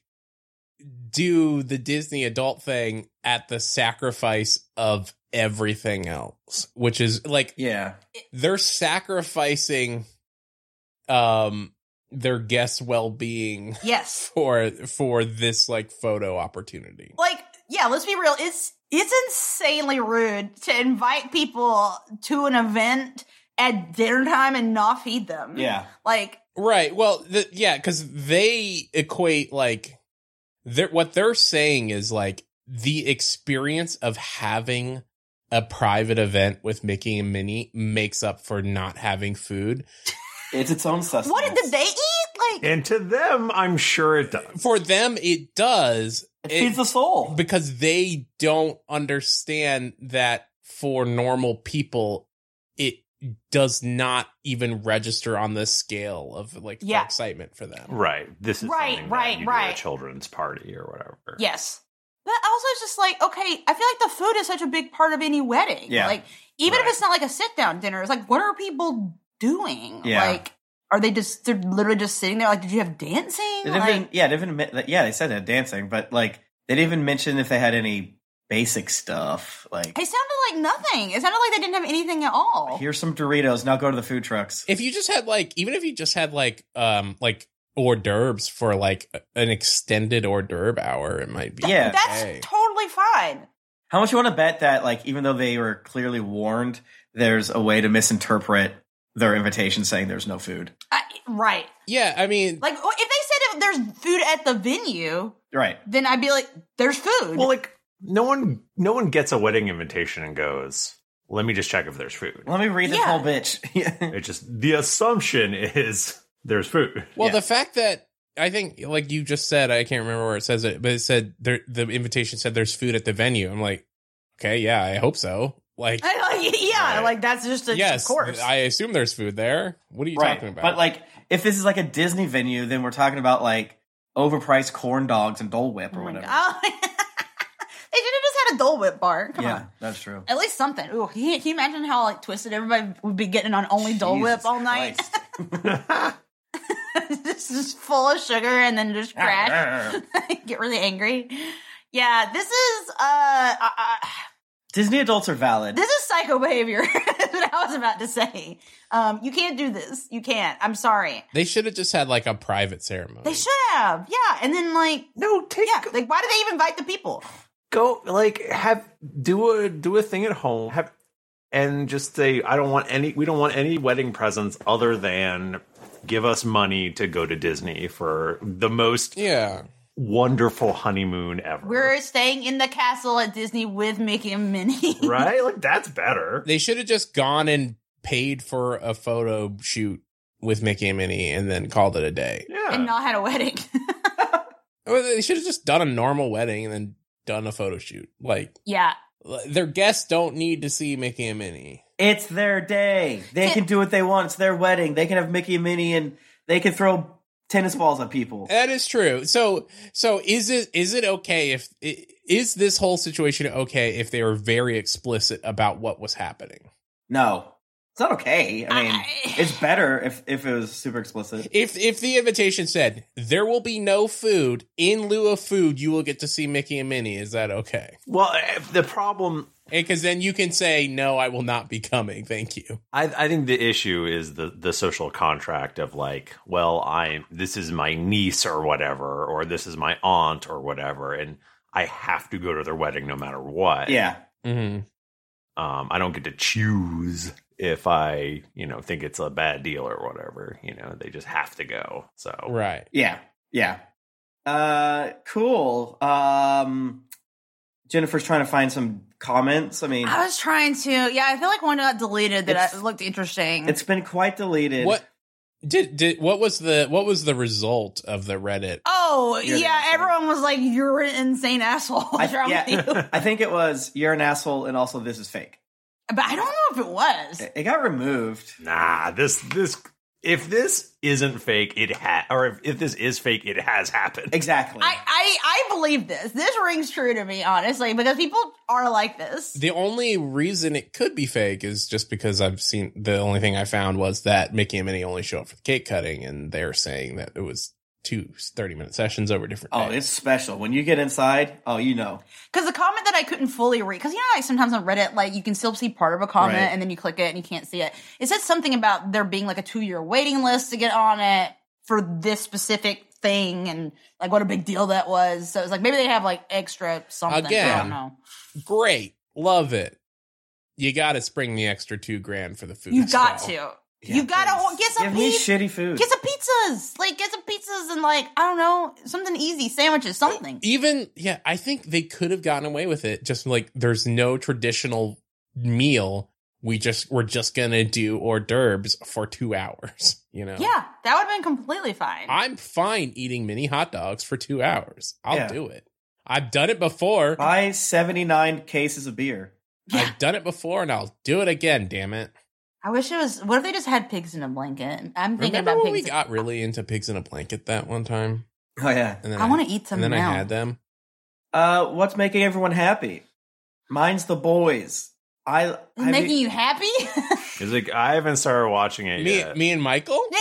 do the disney adult thing at the sacrifice of everything else which is like
Yeah.
they're sacrificing um their guests well-being
yes.
for for this like photo opportunity
Like, yeah, let's be real. It's it's insanely rude to invite people to an event at dinner time and not feed them.
Yeah.
Like,
right well the, yeah because they equate like they're, what they're saying is like the experience of having a private event with mickey and minnie makes up for not having food
It's its own sustenance.
what did they eat? Like,
And to them, I'm sure it does.
for them it does
It
It-
feeds the soul.
because they don't understand that for normal people it does not even register on the scale of like for
Yeah.
excitement for them
Right. This is
Right,
something that
right,
you do at
right.
a children's party or whatever.
Yes. But also it's just like, okay, I feel like the food is such a big part of any wedding.
Yeah.
Like even if
Right.
it's not like a sit down dinner, it's like what are people doing?
Yeah.
Like are they just they're literally just sitting there like did you have dancing?
They didn't
Like,
even- yeah, they didn't. admit that- Yeah, they said they had dancing, but like they didn't even mention if they had any basic stuff. Like
it sounded like nothing. It sounded like they didn't have anything at all.
here's some Doritos. Now go to the food trucks.
if you just had like even if you just had like um like hors d'oeuvres for like an extended hors d'oeuvre hour it might be
Yeah.
That's
okay.
totally fine.
How much you want to bet that like even though they were clearly warned, there's a way to misinterpret their invitation saying there's no food.
I, right.
yeah i mean
Like oh, if they said if there's food at the venue,
Right.
then I'd be like there's food.
Well, like no one, no one gets a wedding invitation and goes, "Let me just check if there's food."
Let me read this
Yeah.
whole bitch. Yeah.
It just the assumption is there's food.
Well,
Yeah.
the fact that I think, like you just said, I can't remember where it says it, but it said there, the invitation said there's food at the venue. I'm like, okay, yeah, I hope so. Like,
yeah,
Right.
like that's just a
yes,
of course.
I assume there's food there. What are you
right.
talking about?
But like if this is like a Disney venue, then we're talking about like overpriced corn dogs and Dole Whip or
Oh my
whatever.
God. they should have just had a Dole Whip bar. Come
yeah,
on.
that's true.
At least something. Ooh, can you, can you imagine how like twisted everybody would be getting on only Dole Whip
Jesus
all night?
Christ.
just, just full of sugar and then just crash. Get really angry. Yeah, this is uh, uh, uh
Disney adults are valid.
this is psycho behavior. That's what I was about to say. Um, you can't do this. You can't. I'm sorry.
they should have just had like a private ceremony.
They should have. Yeah, and then like
no, take
yeah, like why do they even invite the people?
go like have do a do a thing at home. Have and just say I don't want any. We don't want any wedding presents other than give us money to go to Disney for the most
Yeah,
wonderful honeymoon ever.
We're staying in the castle at Disney with Mickey and Minnie.
right? Like that's better.
they should have just gone and paid for a photo shoot with Mickey and Minnie, and then called it a day.
Yeah.
and not had a wedding.
Or They should have just done a normal wedding and then done a photo shoot. Like
yeah.
their guests don't need to see Mickey and Minnie.
It's their day. They
Ti-
can do what they want. It's their wedding. They can have Mickey and Minnie and they can throw tennis balls at people.
Eh.
That is true. So so is it is it okay if i- is this whole situation okay if they were very explicit about what was happening?
No. It's not okay. I mean,
I-
it's better if if it was super explicit.
If if the invitation said there will be no food in lieu of food, you will get to see Mickey and Minnie. Is that okay?
Well, if the problem
Because then you can say no, I will not be coming. Thank you.
I, I think the issue is the the social contract of like, well, I this is my niece or whatever, or this is my aunt or whatever, and I have to go to their wedding no matter what.
Yeah.
Mm-hmm.
Um, I don't get to choose if I, you know, think it's a bad deal or whatever. You know, they just have to go. So
Right.
Yeah. Yeah. Uh cool. Um Jennifer's trying to find some comments. I mean,
I was trying to. Yeah, I feel like one got deleted that
It's-
I, looked interesting.
it's been quite deleted.
What did did what was the what was the result of the Reddit?
oh
You're an
yeah,
asshole.
everyone was like, "You're an insane asshole." What's
I-
wrong
yeah.
with you?
I think it was you're an asshole and also this is fake.
But I don't know if it was.
It it got removed.
nah, this this if this isn't fake, it ha or if, if this is fake, it has happened.
Exactly.
I, I I believe this. This rings true to me, honestly, because people are like this.
The only reason it could be fake is just because I've seen the only thing I found was that Mickey and Minnie only show up for the cake cutting, and they're saying that it was two 30 minute sessions over different
oh,
days.
it's special. When you get inside, oh, you know.
Because the comment that I couldn't fully read, because you know, like sometimes on Reddit, like you can still see part of a comment
Right.
and then you click it and you can't see it. It said something about there being like a two year waiting list to get on it for this specific thing and like what a big deal that was. So it's like maybe they have like extra something. I
Again.
don't know.
great. Love it. You got to spring the extra two grand for the food.
You got
stall.
to.
Yeah,
you gotta
please.
get some
Give me
pizza.
shitty food.
Get some pizzas, like get some pizzas and like I don't know something easy, sandwiches, something.
Even, yeah, I think they could have gotten away with it. Just like there's no traditional meal. We just, we're just going to do hors d'oeuvres for two hours, you know?
Yeah, that would have been completely fine.
I'm fine eating mini hot dogs for two hours. I'll
Yeah. Uh,
do it. I've done it before.
Buy 79 cases of beer.
I've done it before and I'll do it again, damn it.
I wish it was. What if they just had pigs in a blanket? I'm thinking
Remember
about
when we
pigs.
got really into pigs in a blanket that one time?
Oh, yeah.
And then
I want to eat some
And then
now.
I had them.
Uh, what's making everyone happy? Mine's the boys. I,
Is
I
it making
mean-
you happy?
It's like I haven't started watching it
Me,
yet.
me and Michael?
yeah.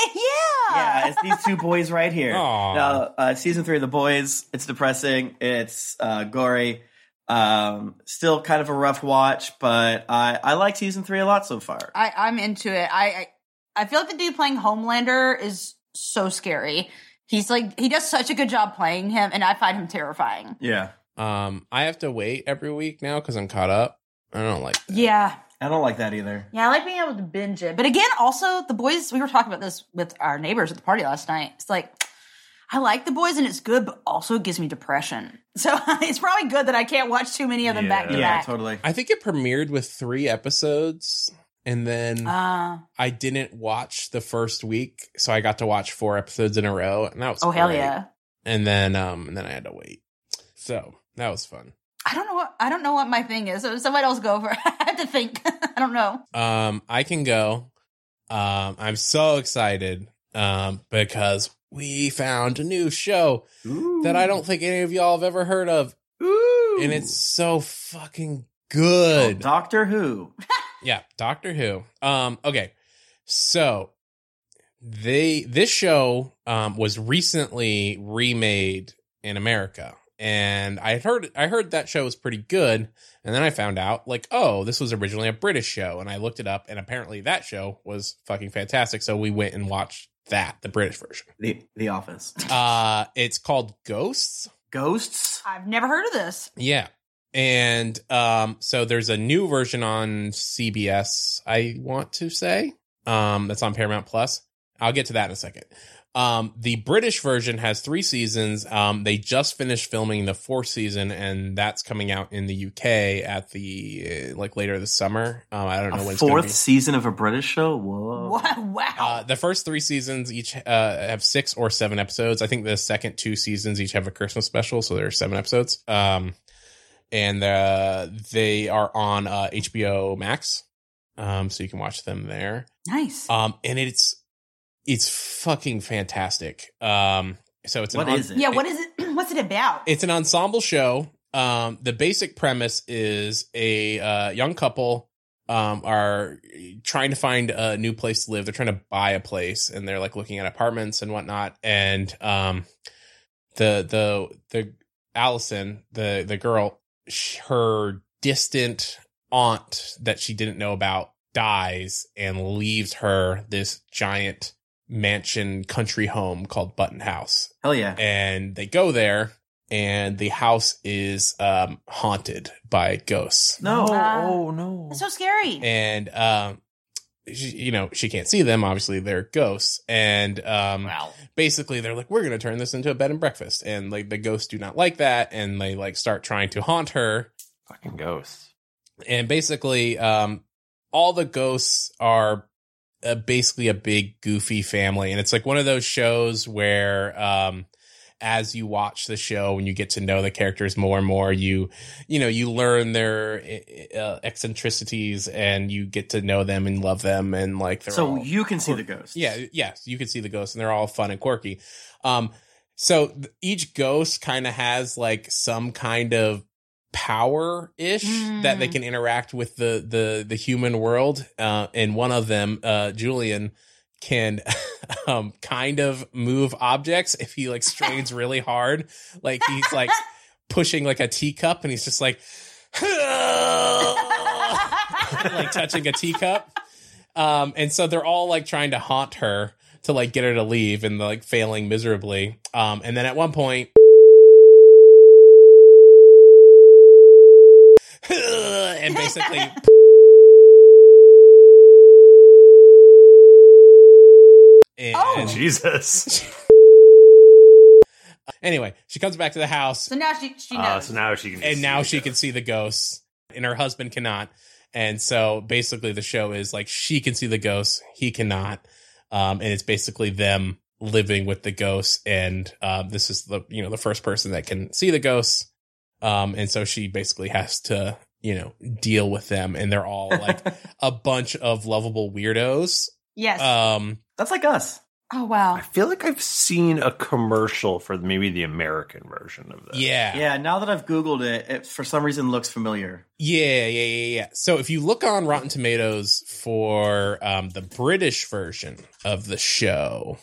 Yeah, it's these two boys right here.
Aw.
No, uh, season three of The Boys. It's depressing. It's uh, gory. Um, still kind of a rough watch, but I I like season three a lot so far.
I, I'm into it. I, I I feel like the dude playing Homelander is so scary. He's like he does such a good job playing him, and I find him terrifying.
yeah,
Um, I have to wait every week now because I'm caught up. I don't like. that.
Yeah,
I don't like that either.
yeah. I like being able to binge it, but again, also the boys. We were talking about this with our neighbors at the party last night. It's like I like the boys, and it's good, but also it gives me depression. So it's probably good that I can't watch too many of them back to
Yeah,
back.
totally.
I think it premiered with three episodes, and then
Uh,
I didn't watch the first week, so I got to watch four episodes in a row, and that was
oh hell
great.
yeah.
And then, um, and then I had to wait. So that was fun.
I don't know what I don't know what my thing is. So somebody else go over. I have to think. I don't know.
Um, I can go. Um, I'm so excited. Um, because we found a new show that I don't think any of y'all have ever heard of,
Ooh.
and it's so fucking good.
Doctor Who.
Yeah, Doctor Who. Um, okay, so they this show um was recently remade in America, and I had heard I heard that show was pretty good, and then I found out like oh this was originally a British show, and I looked it up, and apparently that show was fucking fantastic. So we went and watched that the British version.
The The Office.
Uh, it's called Ghosts.
Ghosts.
I've never heard of this.
Yeah. And um so there's a new version on CBS, I want to say. Um that's on Paramount Plus. I'll get to that in a second. Um the British version has 3 seasons. Um they just finished filming the 4th season and that's coming out in the UK at the uh, like later this summer. Um I don't know when
A
it's going to
fourth
be.
season of a British show. Whoa.
What? Wow.
Uh, the first three seasons each uh, have six or seven episodes. I think the second two seasons each have a Christmas special, so there are seven episodes. Um, and uh, they are on uh, HBO Max, um, so you can watch them there.
nice.
Um, and it's it's fucking fantastic. Um, so it's an
What
on-
is it?
yeah. What is it? What's it about?
it's an ensemble show. Um, the basic premise is a uh, young couple um, are trying to find a new place to live. They're trying to buy a place, and they're like looking at apartments and whatnot. And um, the the the Allison, the the girl, sh- her distant aunt that she didn't know about dies and leaves her this giant mansion country home called Button House.
Hell yeah.
And they go there and the house is um haunted by ghosts
No.
Uh,
oh no.
It's so scary.
and um she, you know she can't see them obviously they're ghosts and um
Wow.
basically they're like we're going to turn this into a bed and breakfast and like the ghosts do not like that and they like start trying to haunt her
Fucking ghosts.
and basically um all the ghosts are uh, basically a big goofy family and it's like one of those shows where um as you watch the show and you get to know the characters more and more you you know you learn their uh, eccentricities and you get to know them and love them and like they're
So
all-
you can see the ghost.
yeah, yes, you can see the ghosts, and they're all fun and quirky. Um, so th- each ghost kind of has like some kind of power ish
Mm.
that they can interact with the the the human world. Uh, and one of them, uh, Julian, can um kind of move objects if he like strains really hard. Like he's like pushing like a teacup, and he's just like. like touching a teacup. Um, and so they're all like trying to haunt her to like get her to leave and like failing miserably. Um, and then at one point, and basically and
Oh.
Jesus.
anyway she comes back to the house
so now she she knows.
Uh, so now she can.
and now
see
she
the
can
ghosts.
see the ghosts and her husband cannot and so basically the show is like she can see the ghosts he cannot um, and it's basically them living with the ghosts and um, this is the you know the first person that can see the ghosts um, and so she basically has to you know deal with them and they're all like a bunch of lovable weirdos
yes.
um,
That's like us.
oh wow.
I feel like I've seen a commercial for maybe the American version of this.
yeah
Yeah. Now that I've Googled it, it for some reason looks familiar.
Yeah, yeah, yeah, yeah. So if you look on Rotten Tomatoes for um, the British version of the show,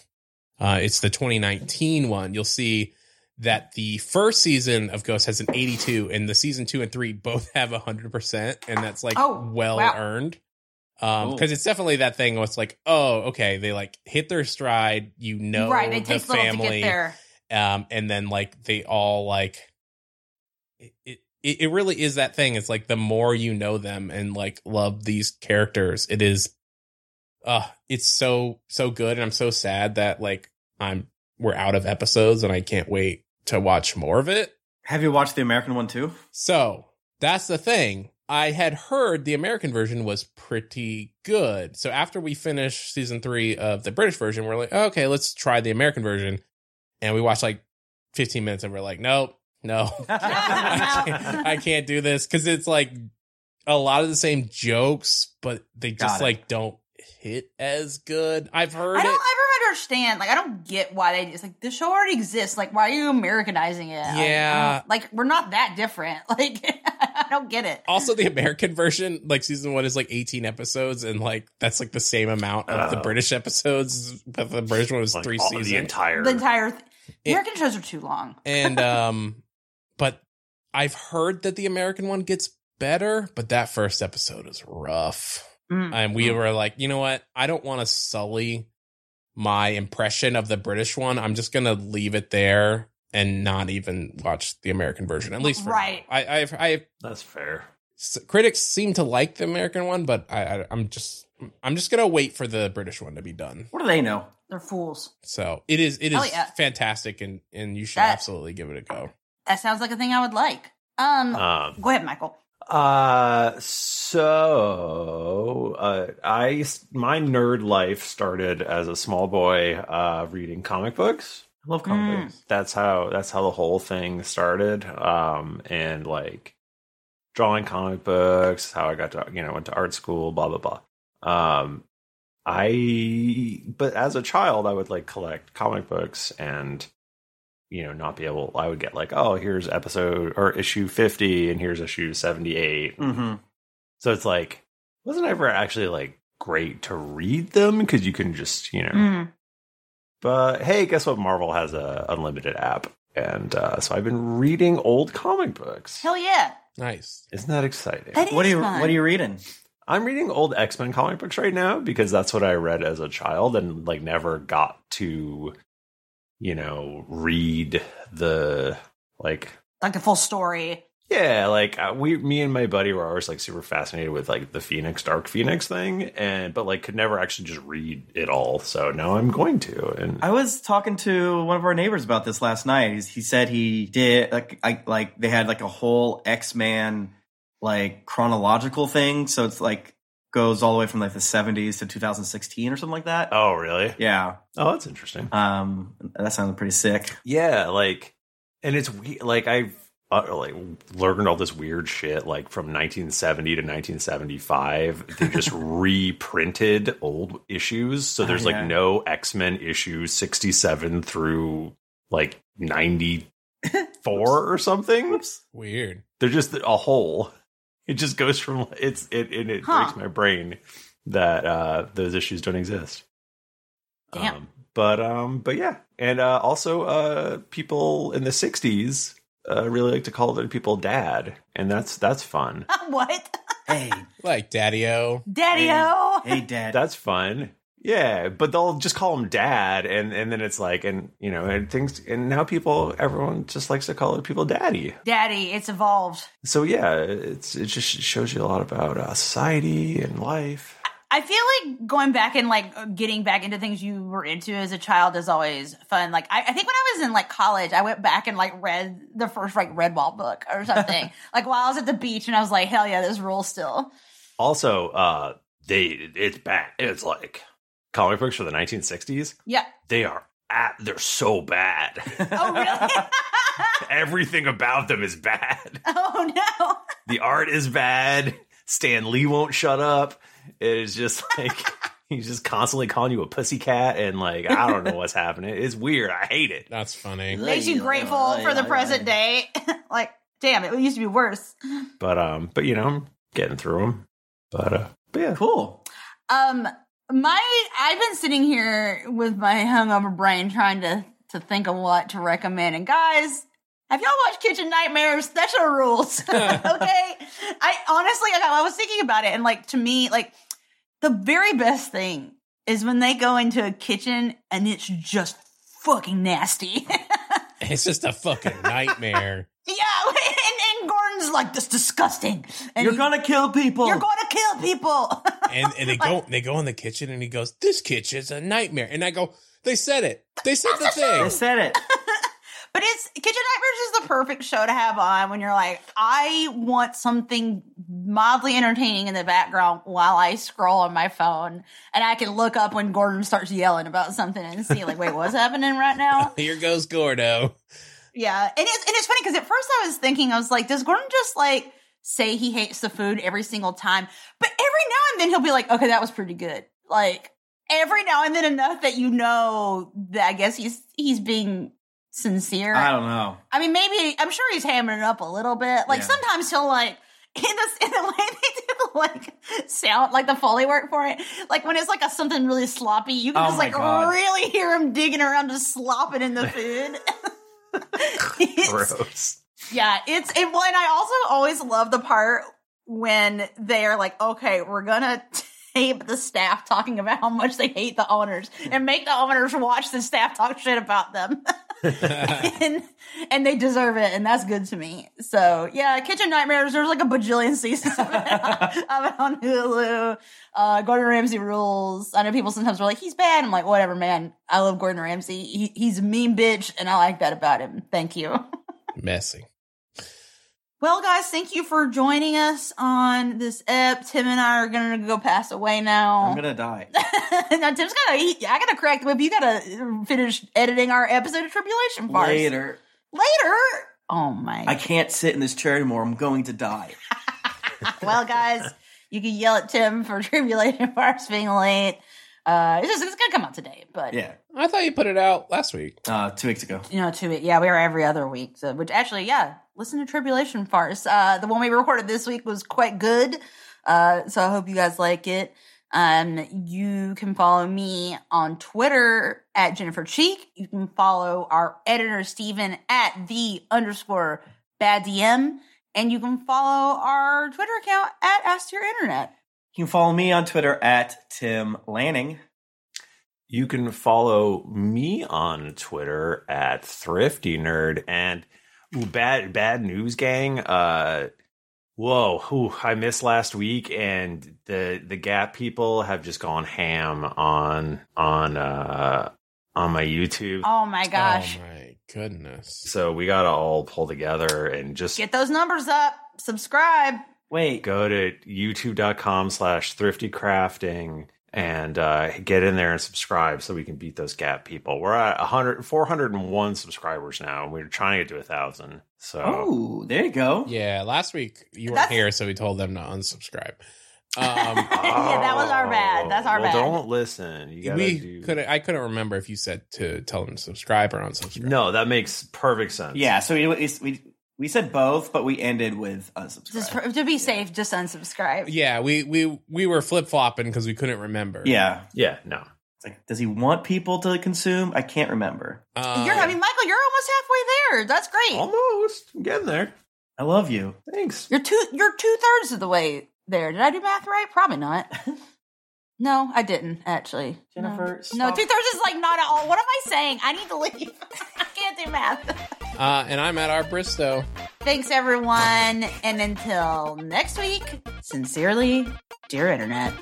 uh, it's the 2019 one, you'll see that the first season of Ghost has an 82, and the season two and three both have 100%, and that's like
Oh,
well
wow.
earned. Um,
Cool.
because it's definitely that thing where it's like, oh, okay, they like hit their stride, you know,
right. It takes
the
little
family
to get there.
um and then like they all like it, it it really is that thing it's like the more you know them and like love these characters it is uh it's so so good and i'm so sad that like i'm we're out of episodes and i can't wait to watch more of it
Have you watched the American one too?
so that's the thing. I had heard the American version was pretty good. So after we finished season three of the British version, we're like, okay, let's try the American version. And we watched like 15 minutes and we're like, nope, no, I can't, I can't do this because it's like a lot of the same jokes, but they just
Got it.
like don't hit as good. I've heard
I
it.
don't ever understand. Like, I don't get why they just like the show already exists. Like, why are you Americanizing it? Like, I
Yeah.
don't- Like, we're not that different. Like, I don't get it.
also the american version like season one is like 18 episodes and like that's like the same amount of the
Oh.
british episodes but the british one was
Like,
three
all-
seasons
The entire.
the entire th-
It-
American shows are too long.
and um but i've heard that the american one gets better but that first episode is rough
Mm.
and we
Mm-hmm.
were like you know what i don't want to sully my impression of the british one i'm just gonna leave it there and not even watch the american version at least for
Right.
now. I, i've i've
that's fair.
s- critics seem to like the American one, but I, I I'm just I'm just gonna wait for the British one to be done.
What do they know?
They're fools.
So it is it is
Oh, yeah.
fantastic, and and you should
That-
absolutely give it a go.
That sounds like a thing I would like. Um,
Um,
go ahead, Michael.
uh, so uh, I my nerd life started as a small boy uh, reading comic books.
I love comic
Mm.
books.
that's how that's how the whole thing started um and like drawing comic books how i got to you know went to art school blah blah blah um i but as a child i would like collect comic books and you know not be able i would get like oh here's episode or issue 50 and here's issue 78
Mm-hmm.
so it's like wasn't ever actually like great to read them because you can just you know.
Mm.
But hey, guess what? Marvel has a unlimited app, and uh, so I've been reading old comic books.
Hell yeah.
Nice.
Isn't that exciting?
That is
What are you
fun.
What are you reading?
I'm reading old X Men comic books right now because that's what I read as a child and like never got to, you know, read the like
like the full story.
yeah like uh, we me and my buddy were always like super fascinated with like the Phoenix Dark Phoenix thing and but like could never actually just read it all so now I'm going to and
I was talking to one of our neighbors about this last night. He's, he said he did like I, like they had like a whole X Man like chronological thing, so it's like goes all the way from like the seventies to 2016 or something like that.
oh really
Yeah,
oh that's interesting
um, that sounded pretty sick.
Yeah, like, and it's we like I've uh, like learned all this weird shit like from 1970 to 1975. They just reprinted old issues, so
Oh,
there's
yeah.
like no X Men issue 67 through like 94 or something.
Weird.
They're just a whole. It just goes from it's it and it
Huh.
breaks my brain that uh those issues don't exist.
Damn.
Um, but um but yeah. And uh also uh people in the 60s uh really like to call their people dad and that's that's fun.
what?
Hey,
Like Daddy O.
Daddy O.
hey, Dad.
That's fun. Yeah, but they'll just call him dad and and then it's like and you know and things and now people everyone just likes to call other people daddy.
Daddy, it's evolved.
So yeah, it's it just shows you a lot about uh, society and life.
I feel like going back and like getting back into things you were into as a child is always fun. Like I, I think when I was in like college, I went back and like read the first like Redwall book or something. like while I was at the beach, and I was like, hell yeah, this rules still.
Also, uh, they it's bad. It's like comic books for the 1960s.
Yeah.
They are at, they're so bad.
Oh really?
Everything about them is bad.
oh no.
The art is bad. Stan Lee won't shut up. It is just like he's just constantly calling you a pussycat and like I don't know what's happening. It's weird. I hate it.
That's funny.
Makes you grateful for the present day. like, damn, it used to be worse.
But um, but you know, I'm getting through them. But uh, but yeah.
Cool.
Um, my I've been sitting here with my hungover brain trying to to think of what to recommend. And guys, have y'all watched Kitchen Nightmares? That show rules. okay, I honestly like, I was thinking about it, and like to me, like the very best thing is when they go into a kitchen and it's just fucking nasty.
It's just a fucking nightmare.
yeah, and, and Gordon's like this disgusting. And
You're
he-
gonna kill people.
you're going to kill people.
and, and they go they go in the kitchen and he goes, This kitchen's a nightmare. And I go, They said it. They said the
I
thing.
said it.
But it's Kitchen Nightmares is the perfect show to have on when you're like, I want something mildly entertaining in the background while I scroll on my phone, and I can look up when Gordon starts yelling about something and see like, wait, what's happening right now?
Here goes Gordo.
Yeah, and it's and it's funny because at first I was thinking I was like, does Gordon just like say he hates the food every single time? But every now and then he'll be like, okay, that was pretty good. Like every now and then enough that you know that I guess he's he's being sincere.
I don't know.
I mean, maybe I'm sure he's hamming it up a little bit. Like
Yeah.
sometimes he'll like in the in the way they do the, like sound, like the foley work for it. Like when it's like a something really sloppy, you can
Oh
just
my
like
God.
really hear him digging around, just slopping in the food. It's-
Gross.
yeah, it's it, well, and I also always love the part when they are like, okay, we're gonna tape the staff talking about how much they hate the owners and make the owners watch the staff talk shit about them. and, and they deserve it, and that's good to me. So yeah, Kitchen Nightmares. There's like a bajillion seasons of it, of it on Hulu. Uh, Gordon Ramsay rules. I know people sometimes are like, he's bad. I'm like, whatever, man. I love Gordon Ramsay. He, he's a mean bitch, and I like that about him. Thank you.
Messy.
Well, guys, thank you for joining us on this ep. Tim and I are gonna go pass away now.
I'm gonna die.
now Tim's gotta. He, I gotta crack the whip. You gotta finish editing our episode of Tribulation Bars
Later.
Later. Oh my.
I can't sit in this chair anymore. I'm going to die.
well, guys, you can yell at Tim for Tribulation Bars being late. Uh, it's just it's gonna come out today, but
Yeah.
I thought you put it out last week.
Uh, two weeks ago.
you know, to it. Yeah, we are every other week. So, which actually, yeah, listen to Tribulation Farce. Uh, the one we recorded this week was quite good. Uh, so I hope you guys like it. Um, you can follow me on Twitter at Jennifer Cheek. You can follow our editor Steven at the underscore bad DM. And you can follow our Twitter account at Ask Your Internet.
You can follow me on Twitter at Tim Lanning.
You can follow me on Twitter at Thrifty Nerd and ooh, bad bad news gang. Uh, whoa, whew, I missed last week, and the the Gap people have just gone ham on on uh on my YouTube.
Oh my gosh.
Oh my goodness.
So we gotta all pull together and just
Get those numbers up. Subscribe.
Wait,
go to youtube.com slash thrifty crafting and uh, get in there and subscribe so we can beat those gap people we're at 100 401 subscribers now and we're trying to get to a thousand so
Oh, there you go.
Yeah, last week you weren't
That's-
here, so we told them to unsubscribe. Um,
Yeah, that was our bad. That's our
Oh. well,
bad.
don't listen you gotta
we
do
could I couldn't remember if you said to tell them to subscribe or unsubscribe.
no that makes perfect sense
Yeah, so we, we we we said both, but we ended with unsubscribe.
Just for, to be safe, just unsubscribe.
Yeah, we we we were flip flopping because we couldn't remember.
yeah,
yeah no
it's like, does he want people to consume? I can't remember.
Um,
You're, I mean, Michael, you're almost halfway there. That's great.
Oh.
almost I'm getting there
I love you.
thanks
You're two. You're two thirds of the way there. Did I do math right? Probably not. No, I didn't actually. No.
Jennifer,
No,
stop.
two thirds is like not at all. What am I saying? I need to leave. I can't do math.
uh, and I'm at our Bristow.
Thanks, everyone, and until next week. Sincerely, dear Internet.